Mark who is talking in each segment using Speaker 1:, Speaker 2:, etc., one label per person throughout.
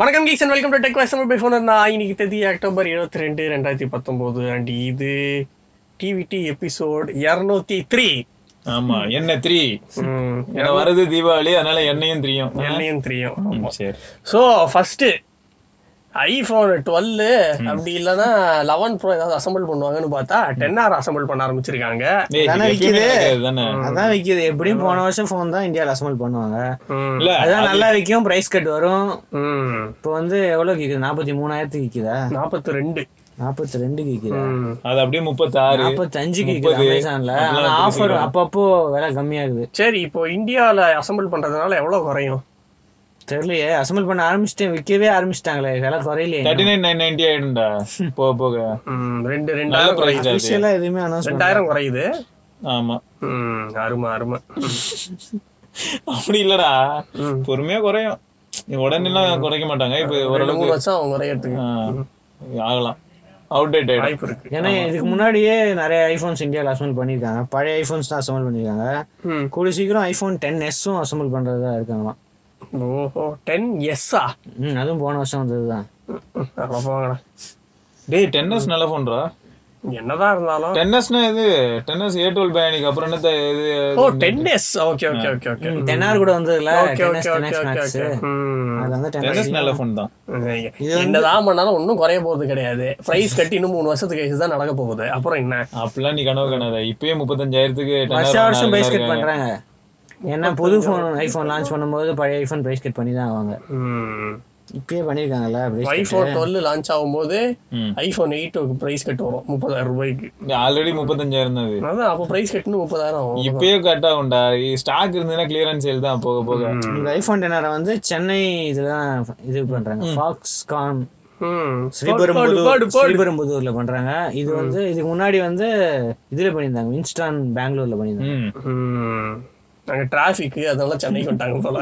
Speaker 1: வணக்கம் guys and welcome to tech voice Tamil பேசுவோம் நான் இன்னைக்கு தேதி அக்டோபர் இருபத்தி ரெண்டு ரெண்டாயிரத்தி பத்தொம்போது அண்ட் இது டிவிடி எபிசோட் இரநூத்தி த்ரீ
Speaker 2: ஆமா என்ன த்ரீ ஏன்னா வருது தீபாவளி அதனால எண்ணெயும் த்ரீயும்
Speaker 1: எல்லையும் த்ரீயும்
Speaker 2: சரி
Speaker 1: ஸோ ஃபஸ்ட்டு ஐஃபோன் டுவெல் அப்படி இல்லைன்னா லெவன் ப்ரோ ஏதாவது அசம்பிள் பண்ணுவாங்கன்னு பார்த்தா டென் ஆர் அசம்பிள் பண்ண ஆரம்பிச்சிருக்காங்க
Speaker 2: டேய்,
Speaker 3: தானே
Speaker 2: இது எப்பயுமே
Speaker 3: விக்குது.
Speaker 2: நடக்கிறது தானே
Speaker 3: அதான் விக்குது எப்படியும் போன வருஷம் ஃபோன் தான் இந்தியாவில் அசம்பிள் பண்ணுவாங்க
Speaker 1: ம்,
Speaker 2: இல்ல
Speaker 3: அதான் நல்லா விற்கும் ப்ரைஸ் கட் வரும்
Speaker 1: ம்
Speaker 3: இப்போ வந்து எவ்வளோக்கு விற்குது நாற்பத்தி மூணாயிரத்துக்கு விற்குதா
Speaker 1: நாற்பத்தி ரெண்டு
Speaker 3: நாற்பத்தி ரெண்டுக்கு விற்குதா
Speaker 1: ம்.
Speaker 2: அது அப்படியே முப்பத்தாறு
Speaker 3: நாற்பத்தஞ்சுக்கு விற்குது அமேசானில் ஆனால் ஆஃபர் அப்பப்போ விலை கம்மியாகுது
Speaker 1: சரி இப்போ இந்தியாவில் அசம்பிள் பண்ணுறதுனால எவ்வளோ குறையும்
Speaker 3: தெரியலையே அசம்பிள் பண்ண ஆரம்பிச்சிட்டேன் விற்கவே ஆரம்பிச்சிட்டாங்களே விலை குறையிலையே
Speaker 2: தேர்ட்டி நைன் நைன் நைன்டி ஆயிடும்டா போக போக
Speaker 1: ம், ரெண்டு
Speaker 2: நல்ல
Speaker 1: ரெண்டாயிரம் குறையுது
Speaker 2: ப்ரைஸ் தான் இது.
Speaker 3: அஃபிஷியலாக எதுவுமே அனௌன்ஸ்
Speaker 1: ரெண்டாயிரம் குறையுது
Speaker 2: ஆமா
Speaker 1: ம், அருமை அருமை
Speaker 2: அப்படி இல்லடா பொறுமையா குறையும் உடனே எல்லாம் குறைக்க மாட்டாங்க இப்ப
Speaker 1: ரெண்டு
Speaker 2: ஓரளவுக்கு
Speaker 1: மூணு வருஷம் குறையறதுக்கு
Speaker 2: ஆ, ஆகலாம் அவுடேட் ஆயிடும்
Speaker 1: வாய்ப்பு இருக்கு
Speaker 3: ஏன்னா இதுக்கு முன்னாடியே நிறைய ஐஃபோன்ஸ் இந்தியாவில் அசம்பிள் பண்ணியிருக்காங்க பழைய ஐஃபோன்ஸ் தான் அசம்பிள் பண்ணியிருக்காங்க
Speaker 1: ம்.
Speaker 3: கூடிய சீக்கிரம் ஐஃபோன் டென் எஸ்ஸும் அசம்பிள் பண்ணுறதா இருக்காங்களாம்
Speaker 1: ஓஹோ டென் எஸ்ஸா
Speaker 3: ம் அதுவும் போன வருஷம் வந்தது தான்
Speaker 1: போங்கடா
Speaker 2: டேய் டென்னஸ் நல்ல போன்றா
Speaker 1: என்னதான் இருந்தாலும்
Speaker 2: டென்னஸ்னா இது டென்னஸ் ஏ டுவெல் பயணிக்கு அப்புறம் என்னத்த இது
Speaker 1: ஓ ten S okay okay okay okay
Speaker 3: ten R கூட வந்ததுல
Speaker 1: okay
Speaker 3: ten
Speaker 1: okay
Speaker 3: S
Speaker 1: okay okay
Speaker 3: ten X Max
Speaker 1: okay ம்
Speaker 3: அது வந்து டென்
Speaker 2: டென்னஸ் நல்ல போன் தான்
Speaker 1: என்னதான் பண்ணாலும் ஒன்றும் குறைய போறது கிடையாது பிரைஸ் கட்டி இன்னும் மூணு வருஷத்துக்கு கழிச்சு தான் நடக்க போகுது அப்புறம் என்ன
Speaker 2: அப்படிலாம் நீ கனவு காணாத இப்பயே முப்பத்தஞ்சாயிரத்துக்கு
Speaker 3: வருஷம் வருஷம் பிரைஸ் கட்
Speaker 2: இருக்காங்க.
Speaker 3: பண்றாங்க ஏன்னா புது ஃபோன் ஐஃபோன் லான்ச் பண்ணும்போது பழைய ஐஃபோன் பிரைஸ் கட் பண்ணி தான் ஆவாங்க இப்பயே பண்ணிருக்காங்கல்ல பிரைஸ்
Speaker 1: ஐஃபோன் டுவெல் லான்ச் ஆகும்போது
Speaker 2: ம்.
Speaker 1: ஐஃபோன் எயிட்டுக்கு பிரைஸ் கட் வரும் முப்பதாயிரம் ரூபாய்க்கு
Speaker 2: ஆல்ரெடி முப்பத்தஞ்சாயிரம் தான் அது
Speaker 1: அதான் அப்போ பிரைஸ் கட்டுன்னு முப்பதாயிரம் ஆகும்
Speaker 2: இப்பயே கட் ஆகும்டா ஸ்டாக் இருந்ததுன்னா கிளியரன்ஸ் சேல் தான் போக போக
Speaker 3: இந்த ஐஃபோன் டென்னார வந்து சென்னை இதுதான் இது பண்றாங்க ஃபாக்ஸ் கான்
Speaker 1: ம். போடு, போடு,
Speaker 3: ஸ்ரீபெரும்புதூர்
Speaker 1: போடு.
Speaker 3: ஸ்ரீபெரும்புதூர்ல பண்றாங்க இது வந்து இதுக்கு முன்னாடி வந்து இதுல பண்ணியிருந்தாங்க வின்ஸ்டான் பெங்களூர்ல பண்ணியிருந்தாங்க
Speaker 2: ம்
Speaker 1: ம். அங்க டிராபிக் அதனால சென்னைக்கு வந்துட்டாங்க போல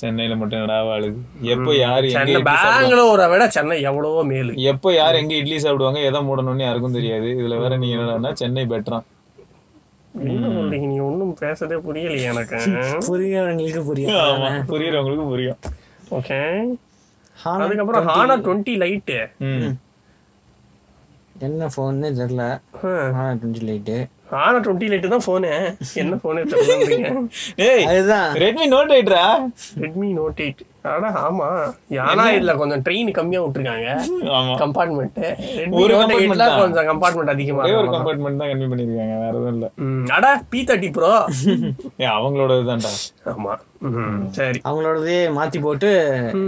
Speaker 2: சென்னையில மட்டும் என்னடா வாழுது எப்போ யாரு எங்க
Speaker 1: சென்னை பெங்களூரை விட சென்னை எவ்வளவோ மேலு
Speaker 2: எப்போ யார் எங்க இட்லி சாப்பிடுவாங்க எதை மூடணும்னு யாருக்கும் தெரியாது இதுல வேற நீ என்னடான்னா சென்னை பெட்டரா
Speaker 1: என்ன சொல்றீங்க நீங்க ஒன்றும் பேசதே புரியலையே எனக்கு
Speaker 3: புரியவங்களுக்கு புரியும்
Speaker 2: ஆமா புரியுறவங்களுக்கு புரியும்
Speaker 1: ஓகே
Speaker 3: ஆனா,
Speaker 1: அதுக்கப்புறம் ஹானா டுவெண்ட்டி லைட்டு
Speaker 2: ம்
Speaker 3: என்ன ஃபோன்னு தெரியல ஆனால் twenty lite
Speaker 1: Honor twenty lite தான் ஃபோனு என்ன ஃபோனு தெரியலன்றீங்க
Speaker 2: ஏய்
Speaker 3: அதுதான்
Speaker 2: ரெட்மி நோட் ஐட்ரா
Speaker 1: ரெட்மி நோட் எயிட் ஆனா ஆமா ஆனா இதுல கொஞ்சம் ட்ரெயின் கம்மியா விட்டுருக்காங்க
Speaker 2: ஆமா
Speaker 1: கம்பார்ட்மெண்ட் ரெட்மி
Speaker 2: ஒரு
Speaker 1: நோட்
Speaker 2: compartment
Speaker 1: எயிட்ல
Speaker 2: தான்.
Speaker 1: கொஞ்சம் கம்பார்ட்மெண்ட் அதிகமா
Speaker 2: ஒரே ஒரு
Speaker 1: இருக்கும்
Speaker 2: கம்பார்ட்மெண்ட் தான் கம்மி பண்ணிருக்காங்க வேற எதுவும் இல்ல
Speaker 1: ம். அடா பி தேர்ட்டி ப்ரோ
Speaker 2: ஏ அவங்களோட இதுதான்டா
Speaker 1: ஆமா ம், சரி
Speaker 3: அவங்களோடதே மாத்தி போட்டு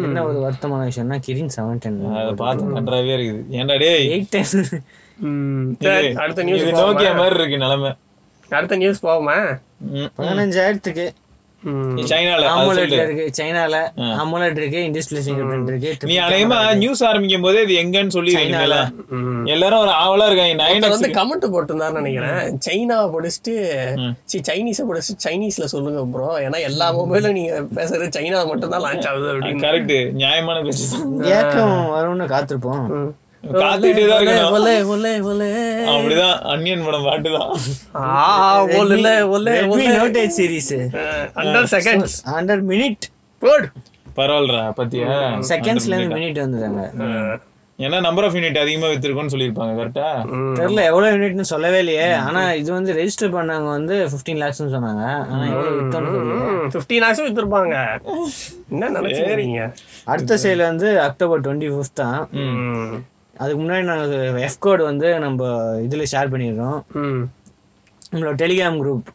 Speaker 3: என்ன ஒரு வருத்தமான விஷயம்னா கிரீன் செவன் டென்
Speaker 2: அதை பார்த்து நன்றாவே இருக்குது ஏன்டா டேய்
Speaker 3: எயிட் டென்
Speaker 1: ம், சரி
Speaker 2: இது-
Speaker 1: அடுத்த
Speaker 2: இது
Speaker 1: நியூஸ்
Speaker 2: நோக்கியா மாதிரி இருக்கு நிலைமை
Speaker 1: அடுத்த நியூஸ் போவோமா
Speaker 2: ம்.
Speaker 3: பதினஞ்சாயிரத்துக்கு
Speaker 1: ம்.
Speaker 2: சைனால அது சொல்லு.
Speaker 3: அமோலெட்ல இருக்கு சைனால அமோலெட் இருக்கு இண்டிஸ்பிளே ஃபிங்கர் பிரிண்ட் இருக்கு
Speaker 2: நீ அநேகமா நியூஸ் ஆரம்பிக்கும் போதே இது எங்கன்னு சொல்லி இனிமேலாம்
Speaker 1: ம்.
Speaker 2: எல்லாரும் ஒரு ஆவலா இருக்காங்க நைன்
Speaker 1: அது வந்து கமெண்ட் போட்டிருந்தாருன்னு நினைக்கிறேன் சைனாவை படிச்சுட்டு சி சைனீஸை படிச்சுட்டு சைனீஸ்ல சொல்லுங்க ப்ரோ ஏன்னா எல்லா மொபைலும் நீங்க பேசுறது சைனா மட்டும் தான் லான்ச் ஆகுது அப்படின்னு
Speaker 2: கரெக்ட் நியாயமான பேச்சு தான்.
Speaker 3: ஏக்கம் வரும்னு காத்திருப்போம்
Speaker 2: காத்துக்கிட்டே தான் இருக்கணும்
Speaker 1: ஒலே ஒலே ஒலே
Speaker 2: அப்படிதான் அன்னியன் படம் பாட்டுதான்
Speaker 1: ஆ ஒலே ஒலே
Speaker 3: Redmi note eight series
Speaker 1: under seconds
Speaker 3: under minute
Speaker 1: போடு
Speaker 2: பரவாயில்லடா பத்தியா
Speaker 3: செகண்ட்ஸ்ல இருந்து மினிட் வந்துட்டாங்க
Speaker 2: ஏன்னா நம்பர் ஆஃப் யூனிட் அதிகமா வித்திருக்கோம்னு சொல்லியிருப்பாங்க கரெக்டா
Speaker 3: தெரியல எவ்வளவு யூனிட்னு சொல்லவே இல்லையே ஆனா இது வந்து ரெஜிஸ்டர் பண்ணவங்க வந்து 15 லேக்ஸ்னு சொன்னாங்க ஆனா எவ்வளவு வித்தோம்னு சொல்லல.
Speaker 1: ஃபிஃப்டீன் ஆக்ஸும் வித்துருப்பாங்க என்ன நினைச்சுக்கிறீங்க
Speaker 3: அடுத்த செயல் வந்து அக்டோபர் டுவெண்ட்டி ஃபிஃப்த் தான்
Speaker 1: ம்.
Speaker 3: அதுக்கு முன்னாடி நாங்கள் எஃப் கோட் வந்து நம்ம இதில் ஷேர் பண்ணிடுறோம்
Speaker 1: ம்.
Speaker 3: நம்மளோட டெலிகிராம் குரூப்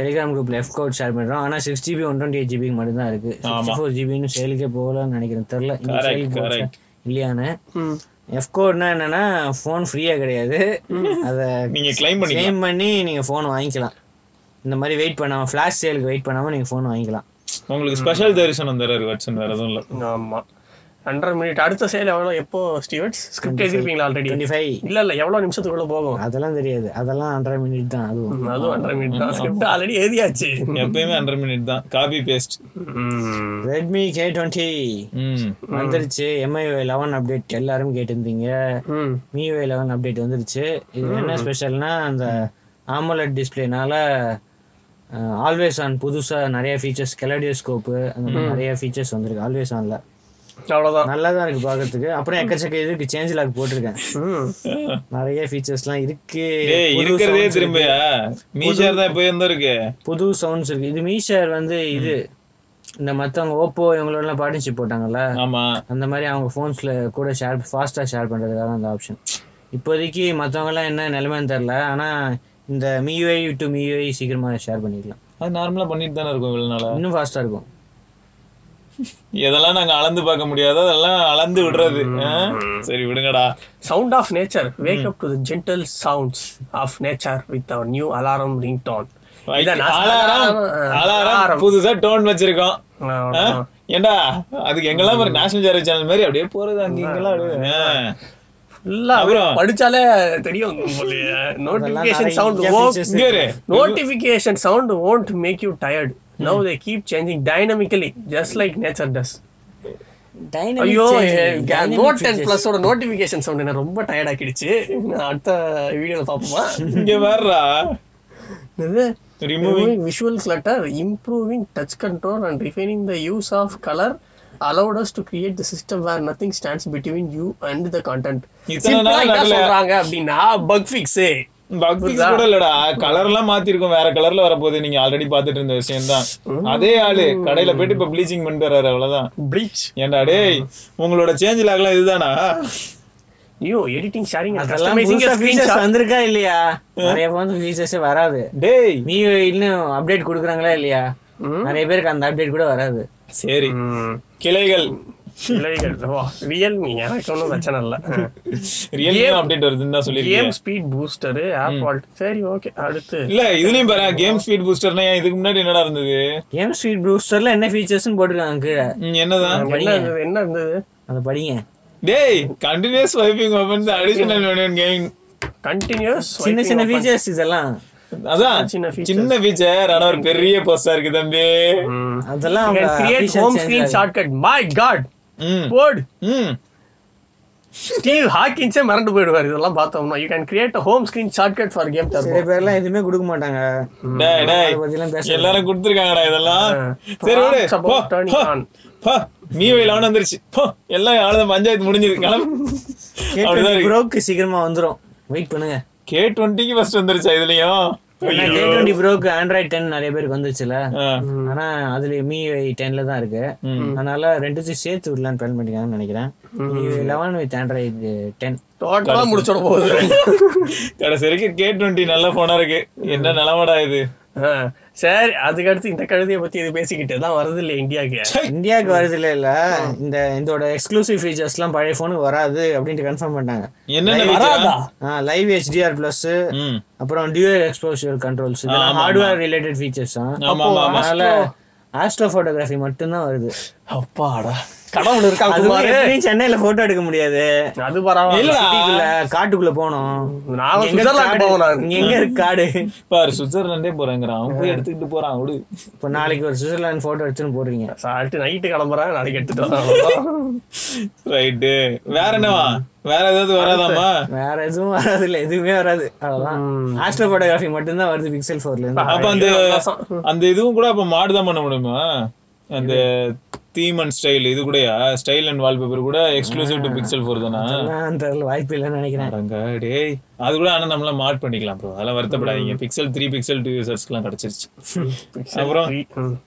Speaker 3: டெலிகிராம் குரூப்பில் எஃப் கோட் ஷேர் பண்ணுறோம் ஆனால் six GB one twenty eight ஜிபிக்கு மட்டும்தான் இருக்குது சிக்ஸ்டி ஃபோர் ஜிபின்னு சேலுக்கே போகலான்னு நினைக்கிறேன் தெரில இந்த
Speaker 2: Correct,
Speaker 3: சேலுக்கு போச்சா?
Speaker 2: correct.
Speaker 3: இல்லையான்னு
Speaker 1: ம்.
Speaker 3: எஃப் கோட்னா என்னன்னா ஃபோன் ஃப்ரீயாக கிடையாது அதை
Speaker 2: நீங்க கிளைம் பண்ணி
Speaker 3: கிளைம் பண்ணி நீங்கள் ஃபோன் வாங்கிக்கலாம் இந்த மாதிரி வெயிட் பண்ணாமல் ஃப்ளாஷ் சேலுக்கு வெயிட் பண்ணாமல் நீங்கள் ஃபோன் வாங்கிக்கலாம்
Speaker 2: உங்களுக்கு ஸ்பெஷல் தரிசனம் தராரு வட்சன் வேற எதுவும் இல்ல
Speaker 1: ஆமா ஹண்ட்ரட் மினிட் அடுத்த செயல் எவ்வளோ எப்போ ஸ்டீவர்ட்ஸ் ஸ்கிரிப்ட் எழுதிருப்பீங்களா ஆல்ரெடி
Speaker 3: டுவெண்ட்டி ஃபைவ்
Speaker 1: இல்ல இல்ல எவ்வளவு நிமிஷத்துக்குள்ள போகும்
Speaker 3: அதெல்லாம் தெரியாது அதெல்லாம் ஹண்ட்ரட் மினிட் தான் அதுவும்
Speaker 1: அதுவும் ஹண்ட்ரட் மினிட் தான் ஸ்கிரிப்ட் ஆல்ரெடி எழுதியாச்சு
Speaker 2: எப்பயுமே ஹண்ட்ரட் மினிட் தான் காபி பேஸ்ட்
Speaker 1: ம்.
Speaker 3: ரெட்மி கே டுவெண்ட்டி
Speaker 2: ம்
Speaker 3: வந்துருச்சு எம்ஐஓ லெவன் அப்டேட் எல்லாரும் கேட்டிருந்தீங்க
Speaker 1: ம்.
Speaker 3: மியூஐ லெவன் அப்டேட் வந்துருச்சு இது என்ன ஸ்பெஷல்னா அந்த ஆமோலட் டிஸ்பிளேனால ஆல்வேஸ் ஆன் புதுசாக நிறைய ஃபீச்சர்ஸ் கெலடியோஸ்கோப்பு அந்த மாதிரி நிறைய ஃபீச்சர்ஸ் வந்திருக்கு ஆல்வேஸ் ஆனில்
Speaker 1: அவ்வளவுதான்
Speaker 3: நல்லா தான் இருக்கு பார்க்கறதுக்கு அப்புறம் எக்கச்சக்க இதுக்கு சேஞ்ச் லாக் போட்டிருக்கேன்
Speaker 1: ம்.
Speaker 3: நிறைய ஃபீச்சர்ஸ்லாம் இருக்கு
Speaker 2: டேய்
Speaker 3: புது
Speaker 2: இருக்கிறதே
Speaker 3: sounds இருக்கு.
Speaker 2: திரும்பியா மீஷர் தான் இப்போ இருந்திருக்கு
Speaker 3: புது சவுண்ட்ஸ் இருக்கு இது மீஷர் வந்து இது இந்த மத்தவங்க ஓப்போ இவங்களோட எல்லாம் பார்ட்னர்ஷிப் போட்டாங்கல்ல
Speaker 2: ஆமா
Speaker 3: அந்த மாதிரி அவங்க ஃபோன்ஸ்ல கூட ஷேர் ஃபாஸ்டா ஷேர் பண்றதுக்காக அந்த ஆப்ஷன் இப்போதைக்கு மத்தவங்க எல்லாம் என்ன நிலைமைன்னு தெரியல ஆனா இந்த மியூஐ டு மியூஐ சீக்கிரமா ஷேர் பண்ணிக்கலாம்
Speaker 2: அது நார்மலா பண்ணிட்டு தானே இருக்கும் இவ்வளவு நாளா
Speaker 3: இன்னும் ஃபாஸ்டா இருக்கும்
Speaker 2: எதெல்லாம் நாங்க அளந்து பார்க்க முடியாதோ அதெல்லாம் அளந்து விடுறது ஆ? சரி விடுங்கடா
Speaker 1: sound of nature wake up to the gentle sounds of nature with our new alarm ring tone இதான் நான் சொன்ன
Speaker 2: அலாரம்
Speaker 1: அலாரம்.
Speaker 2: அலாரம் புதுசா டோன் வச்சிருக்கோம் ஆ? ஏண்டா அதுக்கு எங்கெல்லாம் ஒரு நேஷனல் ஜெயர் சேனல் மாதிரி அப்படியே போறது அங்க இங்கெல்லாம் அப்படியே ஆ.
Speaker 1: ஃபுல்லா
Speaker 2: அப்புறம்?
Speaker 1: படிச்சாலே தெரியும் நோட்டிபிகேஷன் சவுண்ட்
Speaker 3: நிறைய features
Speaker 2: இங்க இரு.
Speaker 1: Notification sound won't make you tired now they keep changing dynamically just like nature does
Speaker 3: Dynamic
Speaker 1: ஐயோ
Speaker 3: changes, dynamic
Speaker 1: note ten
Speaker 3: changes.
Speaker 1: பிளஸோட நோட்டிபிகேஷன் சவுண்ட் என்ன ரொம்ப டயர்ட் ஆக்கிடுச்சு நான் அடுத்த வீடியோல பாப்போமா
Speaker 2: இங்க வர்றா
Speaker 1: இது
Speaker 2: removing
Speaker 1: visual clutter improving touch control and refining the use of colour allowed us to create the system where nothing stands between you and the content
Speaker 2: இத்தனை நாள் நடுல-
Speaker 1: சொல்றாங்க அப்படின்னா பக் ஃபிக்ஸ்
Speaker 2: பக்திஸ் கூட இல்லடா கலர் எல்லாம் மாத்திருக்கோம் வேற கலர்ல வரப்போகுது நீங்க ஆல்ரெடி பாத்துட்டு இருந்த விஷயம் தான் அதே ஆளு கடையில போயிட்டு இப்ப ப்ளீச்சிங் பண்ணிட்டு வர்றாரு அவ்வளவுதான்
Speaker 1: பிரீச்
Speaker 2: ஏண்டா டேய் உங்களோட சேஞ்ச் லாக்லாம் இதுதானா
Speaker 1: ஐயோ எடிட்டிங் ஷேரிங்
Speaker 3: அதெல்லாம் புதுசா features வந்திருக்கா இல்லையா நிறைய phones features-ஏ வராது
Speaker 2: டேய்
Speaker 3: நீ இன்னும் அப்டேட் கொடுக்குறாங்களா இல்லையா நிறைய பேருக்கு அந்த அப்டேட் கூட வராது
Speaker 2: சரி
Speaker 1: Hmm.
Speaker 2: கிளைகள்
Speaker 1: இலைகள் ஓ ரியல்மி எனக்கு ஒன்றும் பிரச்சனை இல்லை
Speaker 2: ரியல் அப்டேட் வருதுன்னு தான்
Speaker 1: கேம்
Speaker 2: சொல்லிருக்கேன்
Speaker 1: ஸ்பீட் பூஸ்டரு ஆப் சரி ஓகே அடுத்து
Speaker 2: இல்ல இதுலயும் பாரு கேம் ஸ்பீட் பூஸ்டர்னா ஏன் இதுக்கு முன்னாடி என்னடா இருந்தது
Speaker 3: கேம் ஸ்வீட் ப்ரூஸ்டர்ல என்ன ஃபீச்சர்ஸ்னு போட்டிருக்காங்க கீழே
Speaker 2: ம், என்னதான்
Speaker 1: என்ன இருந்தது என்ன இருந்தது
Speaker 3: அதை படிங்க
Speaker 2: டேய் continuous wiping opens additional game
Speaker 1: continuous
Speaker 3: சின்ன சின்ன ஃபீச்சர்ஸ் இதெல்லாம்
Speaker 2: அதான்
Speaker 1: சின்ன feature.
Speaker 2: சின்ன ஃபீச்சர் ஆனா ஒரு பெரிய போஸ்டா இருக்கு தம்பி
Speaker 3: அதெல்லாம் அவங்க
Speaker 1: create
Speaker 3: official
Speaker 1: home
Speaker 3: change
Speaker 1: screen
Speaker 3: ஆகுது.
Speaker 1: ஷார்ட்கட் மை காட்
Speaker 2: ம்
Speaker 1: போர்டு
Speaker 2: ம்
Speaker 1: ஸ்டீவ் ஹாக்கின்ஸே மறந்து போயிடுவார் இதெல்லாம் பார்த்தோம்னா you can create home screen shortcut for game
Speaker 3: சில
Speaker 1: டர்போ
Speaker 3: பேர்லாம் எதுவுமே கொடுக்க மாட்டாங்க
Speaker 2: டேய் டேய்
Speaker 3: அதை பத்திலாம் பேச
Speaker 2: எல்லாரும் கொடுத்துருக்காங்கடா இதெல்லாம் சரி விடு
Speaker 1: Prompts about
Speaker 2: போ,
Speaker 1: turning
Speaker 2: போ,
Speaker 1: on.
Speaker 2: போ. நீ வயலான வந்துருச்சு போ எல்லாம் அவ்வளவு பஞ்சாயத்து முடிஞ்சது கிளம்பு அப்படிதான் இருக்கு
Speaker 3: ப்ரோக்கு சீக்கிரமா வந்துரும் வெயிட் பண்ணுங்க
Speaker 2: கே டுவெண்ட்டிக்கு ஃபர்ஸ்ட் வந்துருச்சா இதுலயும்
Speaker 3: ஏ டுவெண்ட்டி ப்ரோக்கு ஆண்ட்ராய்ட் டென் நிறைய பேருக்கு வந்துச்சுல
Speaker 2: ஆ.
Speaker 3: ஆனா அதுல மீ டென்ல தான் இருக்கு அதனால ரெண்டுத்தையும் சேர்த்து விடலான்னு பிளான் பண்ணிக்காங்கன்னு நினைக்கிறேன் லெவன் வித் ஆண்ட்ராய்ட் டென்
Speaker 1: டோட்டலா முடிச்சிட போகுது
Speaker 2: கடைசி வரைக்கும் கே டுவெண்ட்டி நல்ல போனா இருக்கு என்ன நிலமடா இது
Speaker 1: ஆ, சரி அதுக்கடுத்து இந்த கழுதையை பத்தி இது பேசிக்கிட்டு தான் வருது இல்லையா இந்தியாவுக்கு
Speaker 3: இந்தியாவுக்கு வருது இல்ல இல்ல இந்த இதோட எக்ஸ்க்ளூசிவ் ஃபீச்சர்ஸ் எல்லாம் பழைய போனுக்கு வராது அப்படின்ட்டு கன்ஃபார்ம் பண்ணிட்டாங்க
Speaker 2: என்னென்ன
Speaker 1: வராதா?
Speaker 2: feature?
Speaker 3: லைவ் ஹெச்டிஆர் பிளஸ்
Speaker 2: ம்
Speaker 3: அப்புறம் டியூயல் எக்ஸ்போஷர் கண்ட்ரோல்ஸ் இதெல்லாம் ஹார்ட்வேர் ரிலேட்டட் ஃபீச்சர்ஸ் தான்
Speaker 2: ஆமா, ஆமா, ஆமா.
Speaker 3: அதனால ஆஸ்ட்ரோ போட்டோகிராஃபி மட்டும்தான் வருது
Speaker 1: அப்பாடா கடவுள் இருக்கான்
Speaker 3: அது
Speaker 1: குமாரு.
Speaker 3: சென்னையில போட்டோ எடுக்க முடியாது
Speaker 1: அது பரவாயில்ல
Speaker 2: இல்லடா
Speaker 3: சிட்டிக்குள்ள காட்டுக்குள்ள போனோம்
Speaker 1: நான்
Speaker 3: எங்க
Speaker 1: சுவிட்சர்லாந்து
Speaker 3: காடு?
Speaker 1: போவேன் நான்.
Speaker 3: இங்க எங்க இருக்கு காடு
Speaker 2: பாரு சுவிட்சர்லாண்டே போறேங்கிறான் அவன் போய் எடுத்துக்கிட்டு போறான் விடு
Speaker 3: இப்போ நாளைக்கு ஒரு சுவிட்சர்லாந்து போட்டோ எடுத்துன்னு போடுறீங்க
Speaker 1: சாப்பிட்டு நைட்டு கிளம்புறேன் நாளைக்கு எடுத்துட்டு வரேன்
Speaker 2: ரைட்டு வேற என்னவா வேற ஏதாவது வராதாமா
Speaker 3: வேற எதுவும் வராது இல்ல எதுவுமே வராது அவ்வளவுதான் ஆஸ்ட்ரோ போட்டோகிராஃபி மட்டும்தான் வருது பிக்சல் போர்ல இருந்து
Speaker 2: அப்ப அந்த அந்த இதுவும் கூட அப்ப மாடுதான் பண்ண முடியுமா அந்த தீம் அண்ட் ஸ்டைல் இது கூடயா ஸ்டைல் அண்ட் வால்பேப்பர் கூட எக்ஸ்க்ளூசிவ் டு பிக்சல் ஃபோர் தானா
Speaker 3: அந்த வாய்ப்பு இல்லைன்னு நினைக்கிறேன்
Speaker 2: அடங்க, டேய் அது கூட ஆனா நம்மள மாட் பண்ணிக்கலாம் ப்ரோ அதெல்லாம் வருத்தப்படாதீங்க பிக்சல் த்ரீ பிக்சல் டூ யூசர்ஸ்க்குலாம் கிடைச்சிருச்சு அப்புறம்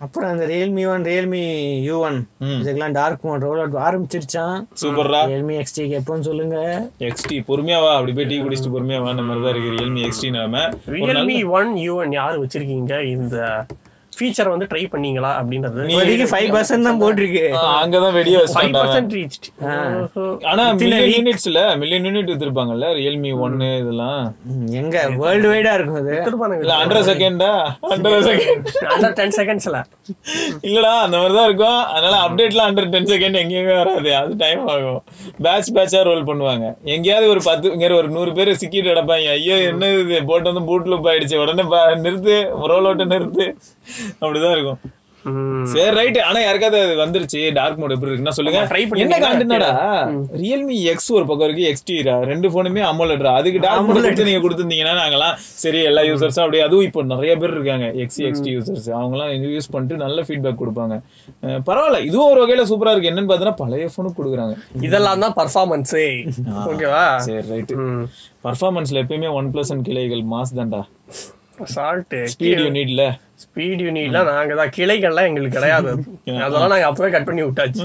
Speaker 3: அப்புறம் அந்த Realme one Realme U one இதுக்கெல்லாம் டார்க் மோட் ரோல் அவுட் ஆரம்பிச்சிருச்சான்
Speaker 2: சூப்பர்ரா
Speaker 3: ரியல்மி எக்ஸ்டிக்கு எப்போன்னு சொல்லுங்க
Speaker 2: எக்ஸ்டி பொறுமையா வா அப்படி போய் டீ குடிச்சிட்டு பொறுமையா வா அந்த மாதிரி தான் இருக்கு ரியல்மி எக்ஸ்டி நாம
Speaker 1: ரியல்மி ஒன் யூஎன் யார் வச்சிருக்கீங்க இந்த ஃபீச்சர் வந்து ட்ரை பண்ணீங்களா அப்படின்றது
Speaker 3: இப்போதைக்கு ஃபைவ் பர்சன்ட் தான் போட்டிருக்கு
Speaker 2: அங்கதான் வெடிய
Speaker 1: ஃபைவ்
Speaker 2: வச்சுட்டாங்க
Speaker 1: பர்சன்ட் ரீச்
Speaker 2: ஆனா மில்லியன் யூனிட்ஸ்ல மில்லியன் யூனிட் வித்திருப்பாங்கல்ல ரியல்மி ஒன்னு இதெல்லாம்
Speaker 3: ம், எங்க வேர்ல்டு வைடா இருக்கும் அது
Speaker 2: இல்ல ஹண்ட்ரட் செகண்டா ஹண்ட்ரட் செகண்ட்
Speaker 1: அண்டர் டென் செகண்ட்ஸ்ல
Speaker 2: இல்லடா அந்த மாதிரி தான் இருக்கும் அதனால அப்டேட்லாம் அண்டர் டென் செகண்ட் எங்கேயுமே வராது அது டைம் ஆகும் பேட்ச் பேட்சாக ரோல் பண்ணுவாங்க எங்கேயாவது ஒரு பத்து இங்க ஒரு நூறு பேர் சிக்கிட்டு கிடப்பாங்க ஐயோ என்ன இது போட்டு வந்து பூட் லூப் ஆயிடுச்சு உடனே பா- நிறுத்து ரோல் அவுட்டை நிறுத்து அப்படிதான் இருக்கும்
Speaker 1: ம்.
Speaker 2: சரி ரைட் ஆனா யாருக்காவது அது வந்துருச்சு டார்க் மோட் எப்படி இருக்குன்னா சொல்லுங்க
Speaker 1: ஆமா, try பண்ணி
Speaker 2: என்ன
Speaker 1: பாருங்க.
Speaker 2: காண்டுனடா ரியல்மி எக்ஸ் ஒரு பக்கம் இருக்கு எக்ஸ்டி ரெண்டு போனுமே அமோலட்ரா அதுக்கு டார்க் மோட் எடுத்து நீங்க கொடுத்துருந்தீங்கன்னா நாங்களாம் சரி எல்லா யூசர்ஸும் அப்படியே அதுவும் இப்போ நிறைய பேர் இருக்காங்க எக்ஸ் எக்ஸ்டி யூசர்ஸ் அவங்கலாம் யூஸ் பண்ணிட்டு நல்ல ஃபீட்பேக் கொடுப்பாங்க அஹ் பரவாயில்ல இதுவும் ஒரு வகையில சூப்பரா இருக்கு என்னன்னு பார்த்தீங்கன்னா பழைய போனுக்கு கொடுக்குறாங்க
Speaker 1: இதெல்லாம் தான் பர்ஃபார்மன்ஸ் ஓகேவா
Speaker 2: சரி ரைட் பர்ஃபார்மன்ஸ்ல எப்பயுமே ஒன் பிளஸ் அண்ட் கிளைகள் மாஸ் தான்டா
Speaker 1: சால்ட்
Speaker 2: ஸ்பீட் யூனிட்ல
Speaker 1: ஸ்பீட் யூனிட்லாம் நாங்க தான் கிளைகள்லாம் எங்களுக்கு கிடையாது அதெல்லாம் நாங்க அப்பவே கட் பண்ணி விட்டாச்சு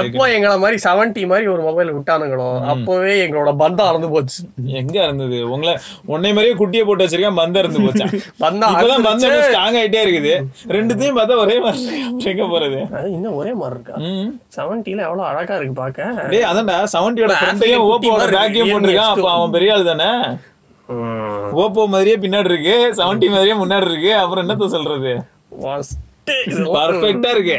Speaker 1: எப்போ எங்களை மாதிரி செவன்டி மாதிரி ஒரு மொபைல் விட்டானுங்களோ அப்பவே எங்களோட பந்தம் அறந்து போச்சு
Speaker 2: எங்க இருந்தது உங்களை உன்னை மாதிரியே குட்டியை போட்டு வச்சிருக்கேன் பந்தா இருந்து போச்சா
Speaker 1: பந்தம்
Speaker 2: இப்பதான்
Speaker 1: அறுந்து
Speaker 2: பந்தம் ஸ்ட்ராங் ஆயிட்டே இருக்குது ரெண்டுத்தையும் பார்த்தா ஒரே மாதிரி இருக்கு. அப்புறம் எங்க போறது
Speaker 1: அது இன்னும் ஒரே மாதிரி இருக்கா
Speaker 2: ம்.
Speaker 1: செவன்டில எவ்வளவு அழகா இருக்கு பாக்க
Speaker 2: டேய் அதான்டா செவன்டியோட ஃப்ரண்ட்டையும்
Speaker 1: குட்டி
Speaker 2: ஓப்போட
Speaker 1: மாதிரி
Speaker 2: பேக்கையும்
Speaker 1: இருக்கு.
Speaker 2: போட்டிருக்கான் அப்ப அவன் பெரிய ஆள் தானே ஓப்போ மாதிரியே பின்னாடி இருக்கு செவன்டி மாதிரியே முன்னாடி இருக்கு அப்புறம் என்னத்த சொல்றது
Speaker 1: Worst.
Speaker 2: பர்ஃபெக்டா இருக்கு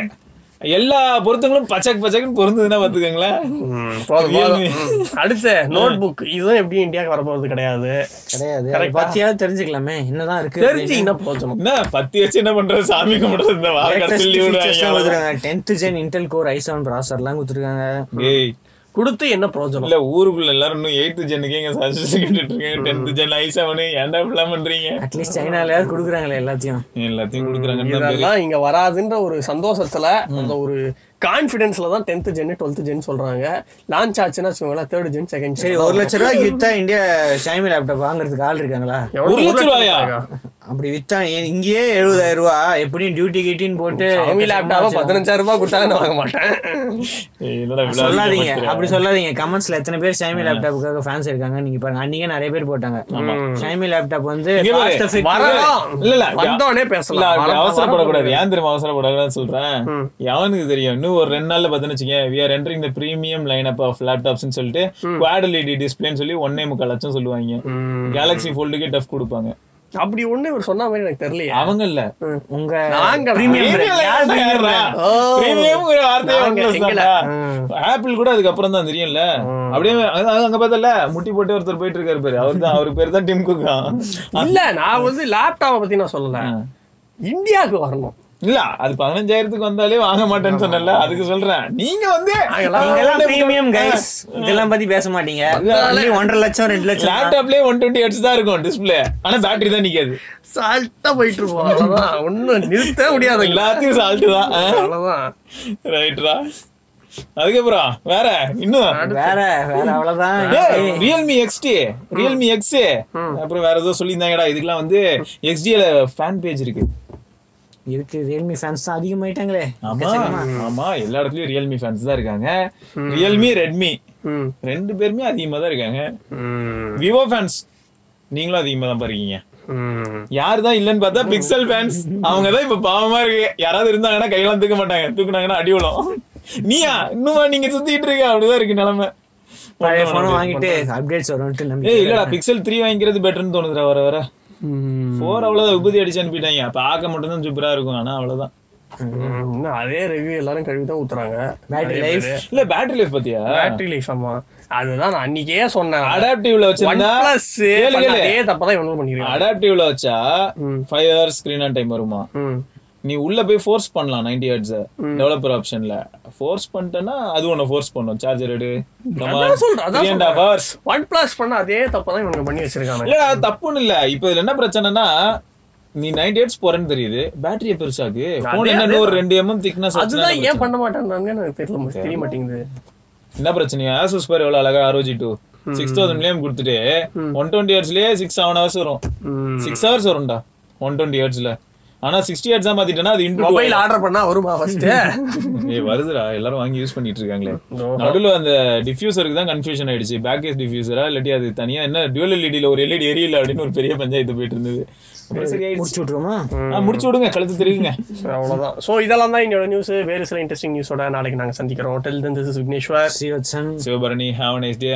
Speaker 2: எல்லா பொருத்தங்களும் பச்சக்கு பச்சக்குன்னு பொருந்ததுன்னா பாத்துக்கோங்களேன்
Speaker 1: ம், போதும், போதும். ம். அடுத்து நோட் புக் இதுவும் எப்படி இந்தியாவுக்கு வரப்போறது கிடையாது
Speaker 3: கிடையாது அதை
Speaker 1: Correct-ஆ?
Speaker 3: பத்தியாவது தெரிஞ்சுக்கலாமே என்னதான் இருக்கு
Speaker 1: தெரிஞ்சு என்ன போச்சணும்
Speaker 2: என்ன பத்தி வச்சு என்ன பண்றது சாமி கும்பிடுறது இந்த வாரம் சொல்லி விடுறாங்க
Speaker 3: tenth gen Intel core i seven ப்ராசர்லாம் கொடுத்துருக்காங்க
Speaker 2: ஏய்
Speaker 1: கொடுத்து என்ன பிரோஜனம்
Speaker 2: இல்ல ஊருக்குள்ள எல்லாரும் இன்னும் எயித்து ஜென்னுக்கு எங்க சஜஷன் கேட்டுட்டு இருக்காங்க டென்த் ஜென் ஐ செவனு ஏன்டா இப்படிலாம் பண்றீங்க
Speaker 3: அட்லீஸ்ட் சைனாலயாவது கொடுக்குறாங்களே எல்லாத்தையும்
Speaker 2: எல்லாத்தையும் கொடுக்குறாங்கன்னு தான்
Speaker 1: இதெல்லாம் இங்க வராதுன்ற ஒரு சந்தோஷத்துல அந்த ஒரு கான்பிடன்ஸ்ல தான் டென்த் ஜென் டுவெல்த் ஜென் சொல்றாங்க லான்ச் ஆச்சுன்னா வச்சுக்கோங்களேன் தேர்ட் ஜென் செகண்ட்
Speaker 3: சரி ஒரு லட்ச ரூபாய் வித்தா இந்தியா ஷாமி லேப்டாப் வாங்குறதுக்கு ஆள் இருக்காங்களா
Speaker 2: ஒரு லட்ச ரூபாயா?
Speaker 3: அப்படி வித்தா இ- இங்கேயே எழுபதாயிரம் ரூபா எப்படியும் டியூட்டி கிட்டின்னு போட்டு
Speaker 1: சாமி லேப்டாப் பதினஞ்சாயிரம் ரூபாய் கொடுத்தாங்க நான் வாங்க மாட்டேன்
Speaker 2: ஏய், என்னடா இவ்வளவு
Speaker 3: சொல்லாதீங்க
Speaker 2: அதிகமா
Speaker 3: அப்படி சொல்லாதீங்க கமெண்ட்ஸ்ல எத்தனை பேர் ஷாமி லேப்டாப்புக்காக ஃபேன்ஸ் இருக்காங்க நீங்க பாருங்க அன்னைக்கே நிறைய பேர் போட்டாங்க ஷாமி லேப்டாப் வந்து
Speaker 2: இங்க பாரு.
Speaker 3: cost effective-
Speaker 1: வரலாம்
Speaker 2: இல்ல, இல்ல,
Speaker 1: வந்தோடனே
Speaker 2: இல்ல
Speaker 1: பேசலாம்
Speaker 2: அப்படி
Speaker 1: வரலாம்,
Speaker 2: அவசரப்படக்கூடாது ஏன் தெரியுமா அவசரப்படக்கூடாதுன்னு சொல்றேன் எவனுக்கு தெரியும் இன்னும் ஒரு ரெண்டு நாள்ல பார்த்துன்னு வச்சுக்கேன் we are entering the premium line up of லேப்டாப்ஸ்னு சொல்லிட்டு குவாட் எல்இடி டிஸ்பிளேன்னு சொல்லி ஒன்னே முக்கால் லட்சம் சொல்லுவாங்க கேலக்ஸி ஃபோல்டுக்கே டஃப் கொடுப்பாங்க
Speaker 1: அப்படி ஒண்ணு இவர் சொன்ன மாதிரி எனக்கு தெரியலையா
Speaker 2: அவங்க இல்ல
Speaker 3: உங்க
Speaker 1: நாங்க
Speaker 3: Premium
Speaker 1: premium
Speaker 2: Premium
Speaker 1: யார்
Speaker 2: line
Speaker 1: premium
Speaker 2: யார்ரா?
Speaker 1: brand? ஓ.
Speaker 2: Premium ங்கிற வார்த்தையே
Speaker 1: நாங்க
Speaker 2: ஒண்ணும்
Speaker 1: எங்கள.
Speaker 2: இல்லடா. Apple கூட அதுக்கப்புறம் தான் தெரியும்ல அப்படியே அது- அது அங்க பார்த்தல முட்டி போட்டு ஒருத்தர் போயிட்டு இருக்காரு பேரு அவர் தான் அவர் பேரு தான் டிம் குக்கா
Speaker 1: இல்ல நான் வந்து லேப்டாப்பை பத்தி நான் சொல்லல இந்தியாவுக்கு வரணும்
Speaker 2: இல்ல அது பதினஞ்சாயிரத்துக்கு வந்தாலே வாங்க மாட்டேன்னு சொன்னல அதுக்கு சொல்றேன் நீங்க வந்து
Speaker 3: நீங்கெல்லாம் பிரீமியம் கைஸ் இதெல்லாம் பத்தி பேச மாட்டீங்க only ஒன்றரை லட்சம் ரெண்டு லட்சம் தான்.
Speaker 2: லேப்டாப்லயே ஒன் டுவெண்ட்டி ஹெட்ஸ் தான் இருக்கும் டிஸ்பிளே ஆனா பேட்டரி தான் நிக்காது
Speaker 1: சால்ட்டா போயிட்டு இருப்போம் அவ்வளவுதான் ஒண்ணும் நிறுத்த முடியாது
Speaker 2: எல்லாத்தையும் சால்ட்டு தான்
Speaker 1: அவ்வளவுதான்
Speaker 2: ரைட்ரா அதுக்கப்புறம் வேற இன்னும்
Speaker 3: வேற வேற அவ்வளவுதான்
Speaker 2: ரியல்மி எக்ஸ்டி ரியல்மி எக்ஸ் அப்புறம் வேற ஏதோ சொல்லியிருந்தாங்கடா இதுக்கெல்லாம் வந்து எக்ஸ்டில ஃபேன் பேஜ் இருக்கு
Speaker 3: இருக்கு ரியல்மி ஃபேன்ஸ் தான் அதிகமாயிட்டாங்களே
Speaker 2: ஆமா ஆமா எல்லா இடத்துலயும் ரியல்மி ஃபேன்ஸ் தான் இருக்காங்க ரியல்மி ரெட்மி
Speaker 1: ம்.
Speaker 2: ரெண்டு பேருமே அதிகமா தான் இருக்காங்க
Speaker 1: ம்.
Speaker 2: விவோ ஃபேன்ஸ் நீங்களும் அதிகமா தான் பாருக்கீங்க
Speaker 1: ம்.
Speaker 2: யாரு தான் இல்லன்னு பார்த்தா பிக்சல் ஃபேன்ஸ் அவங்க தான் இப்ப பாவமா இருக்கு யாராவது இருந்தாங்கன்னா கையெல்லாம் தூக்க மாட்டாங்க தூக்குனாங்கன்னா அடி விழும் நீயா இன்னுமா நீங்க சுத்திட்டு இருக்க அப்படிதான் இருக்கு நிலைமை
Speaker 3: பழைய போன் வாங்கிட்டு அப்டேட்ஸ் வரும்ட்டு நம்பி
Speaker 2: ஏய் இல்லடா பிக்சல் த்ரீ வாங்கிக்கிறது பெட்டர்னு தோணுதுடா வர வர ஃபோர் அவ்வளவுதான் விபதி அடிச்சு அனுப்பிட்டாங்க பார்க்க மட்டும் தான் சூப்பரா இருக்கும் ஆனா அவ்வளவுதான்
Speaker 1: ம். இன்னும் அதே ரிவ்யூ எல்லாரும் கழுவி தான் ஊத்துறாங்க
Speaker 3: பேட்டரி லைஃப்
Speaker 2: இல்ல பேட்டரி லைஃப் பாத்தியா
Speaker 1: பேட்டரி லைஃப் ஆமா அதுதான் நான் அன்னைக்கே சொன்னேன்
Speaker 2: அடாப்டிவ்ல வச்சிருந்தா
Speaker 1: OnePlus
Speaker 2: கேளு,
Speaker 1: பண்ண
Speaker 2: கேளு.
Speaker 1: அதே தப்பதான் இவனும் பண்ணிருக்கான்
Speaker 2: அடாப்டிவ்ல வச்சா five hours screen on time வருமா
Speaker 1: ம்.
Speaker 2: நீ உள்ள போய் ஃபோர்ஸ் பண்ணலாம் நைன்டி ஹர்ட்ஸ் டெவலப்பர் ஆப்ஷன்ல ஃபோர்ஸ் பண்ணிட்டேன்னா அது உன்னை ஃபோர்ஸ் பண்ணும் சார்ஜர் எடு
Speaker 1: அதான் சொல்றேன், அதான்
Speaker 2: three and half hours
Speaker 1: OnePlus பண்ண அதே தப்பதான் இவனுங்க பண்ணி வச்சிருக்காங்க
Speaker 2: இல்ல அது தப்புன்னு இல்ல இப்ப இதுல என்ன பிரச்சனைனா நீ நைன்டி ஹர்ட்ஸ் போறேன்னு தெரியுது பேட்டரியை பெருசாக்கு போன் என்ன ஒரு ரெண்டு எம்எம் திக்னஸ்
Speaker 1: அதுதான் ஏன் பண்ண மாட்டேன்றாங்க எனக்கு தெரியல மச்சி, தெரிய மாட்டேங்குது
Speaker 2: என்ன பிரச்சனையா ஆசூஸ் பார் எவ்வளவு அழகா ஆரோஜி டூ சிக்ஸ் தௌசண்ட் மில்லியம் கொடுத்துட்டு ஒன் டுவெண்ட்டி ஹவர்ஸ்லயே சிக்ஸ் செவன் ஹவர்ஸ் வரும் சிக்ஸ் ஹவர்ஸ் வரும்டா ஒன் டுவெண்ட்டி ஹவர்ஸ்ல ஆனா சிக்ஸ்டி ஹவர்ஸ் தான் மாத்திட்டேன்னா அது இன்டூ
Speaker 1: மொபைல் ஆர்டர் பண்ணா வருமா ஃபர்ஸ்ட்
Speaker 2: ஏய் வருதுடா எல்லாரும் வாங்கி யூஸ் பண்ணிட்டு இருக்காங்களே நடுவுல அந்த டிஃப்யூசருக்கு தான் கன்ஃபியூஷன் ஆயிடுச்சு பேக் கேஸ் டிஃப்யூசரா இல்லாட்டி அது தனியா என்ன டியூல் எல்இடில ஒரு எல்இடி எரியல அப்படின்னு ஒரு பெரிய பஞ்சாயத்து போயிட்டு இருந்தது அப்புறம் சரியாயிடுச்சு
Speaker 3: முடிச்சு விட்டுருமா
Speaker 2: ஆ, முடிச்சு விடுங்க கழுத்து தெரியுங்க
Speaker 1: அவ்வளவுதான் சோ இதெல்லாம் தான் என்னோட நியூஸ் வேறு சில இன்ட்ரெஸ்டிங் நியூஸோட நாளைக்கு நாங்க சந்திக்கிறோம் till then this Vigneshwar
Speaker 3: Srivatsan
Speaker 2: Sivabharani have nice day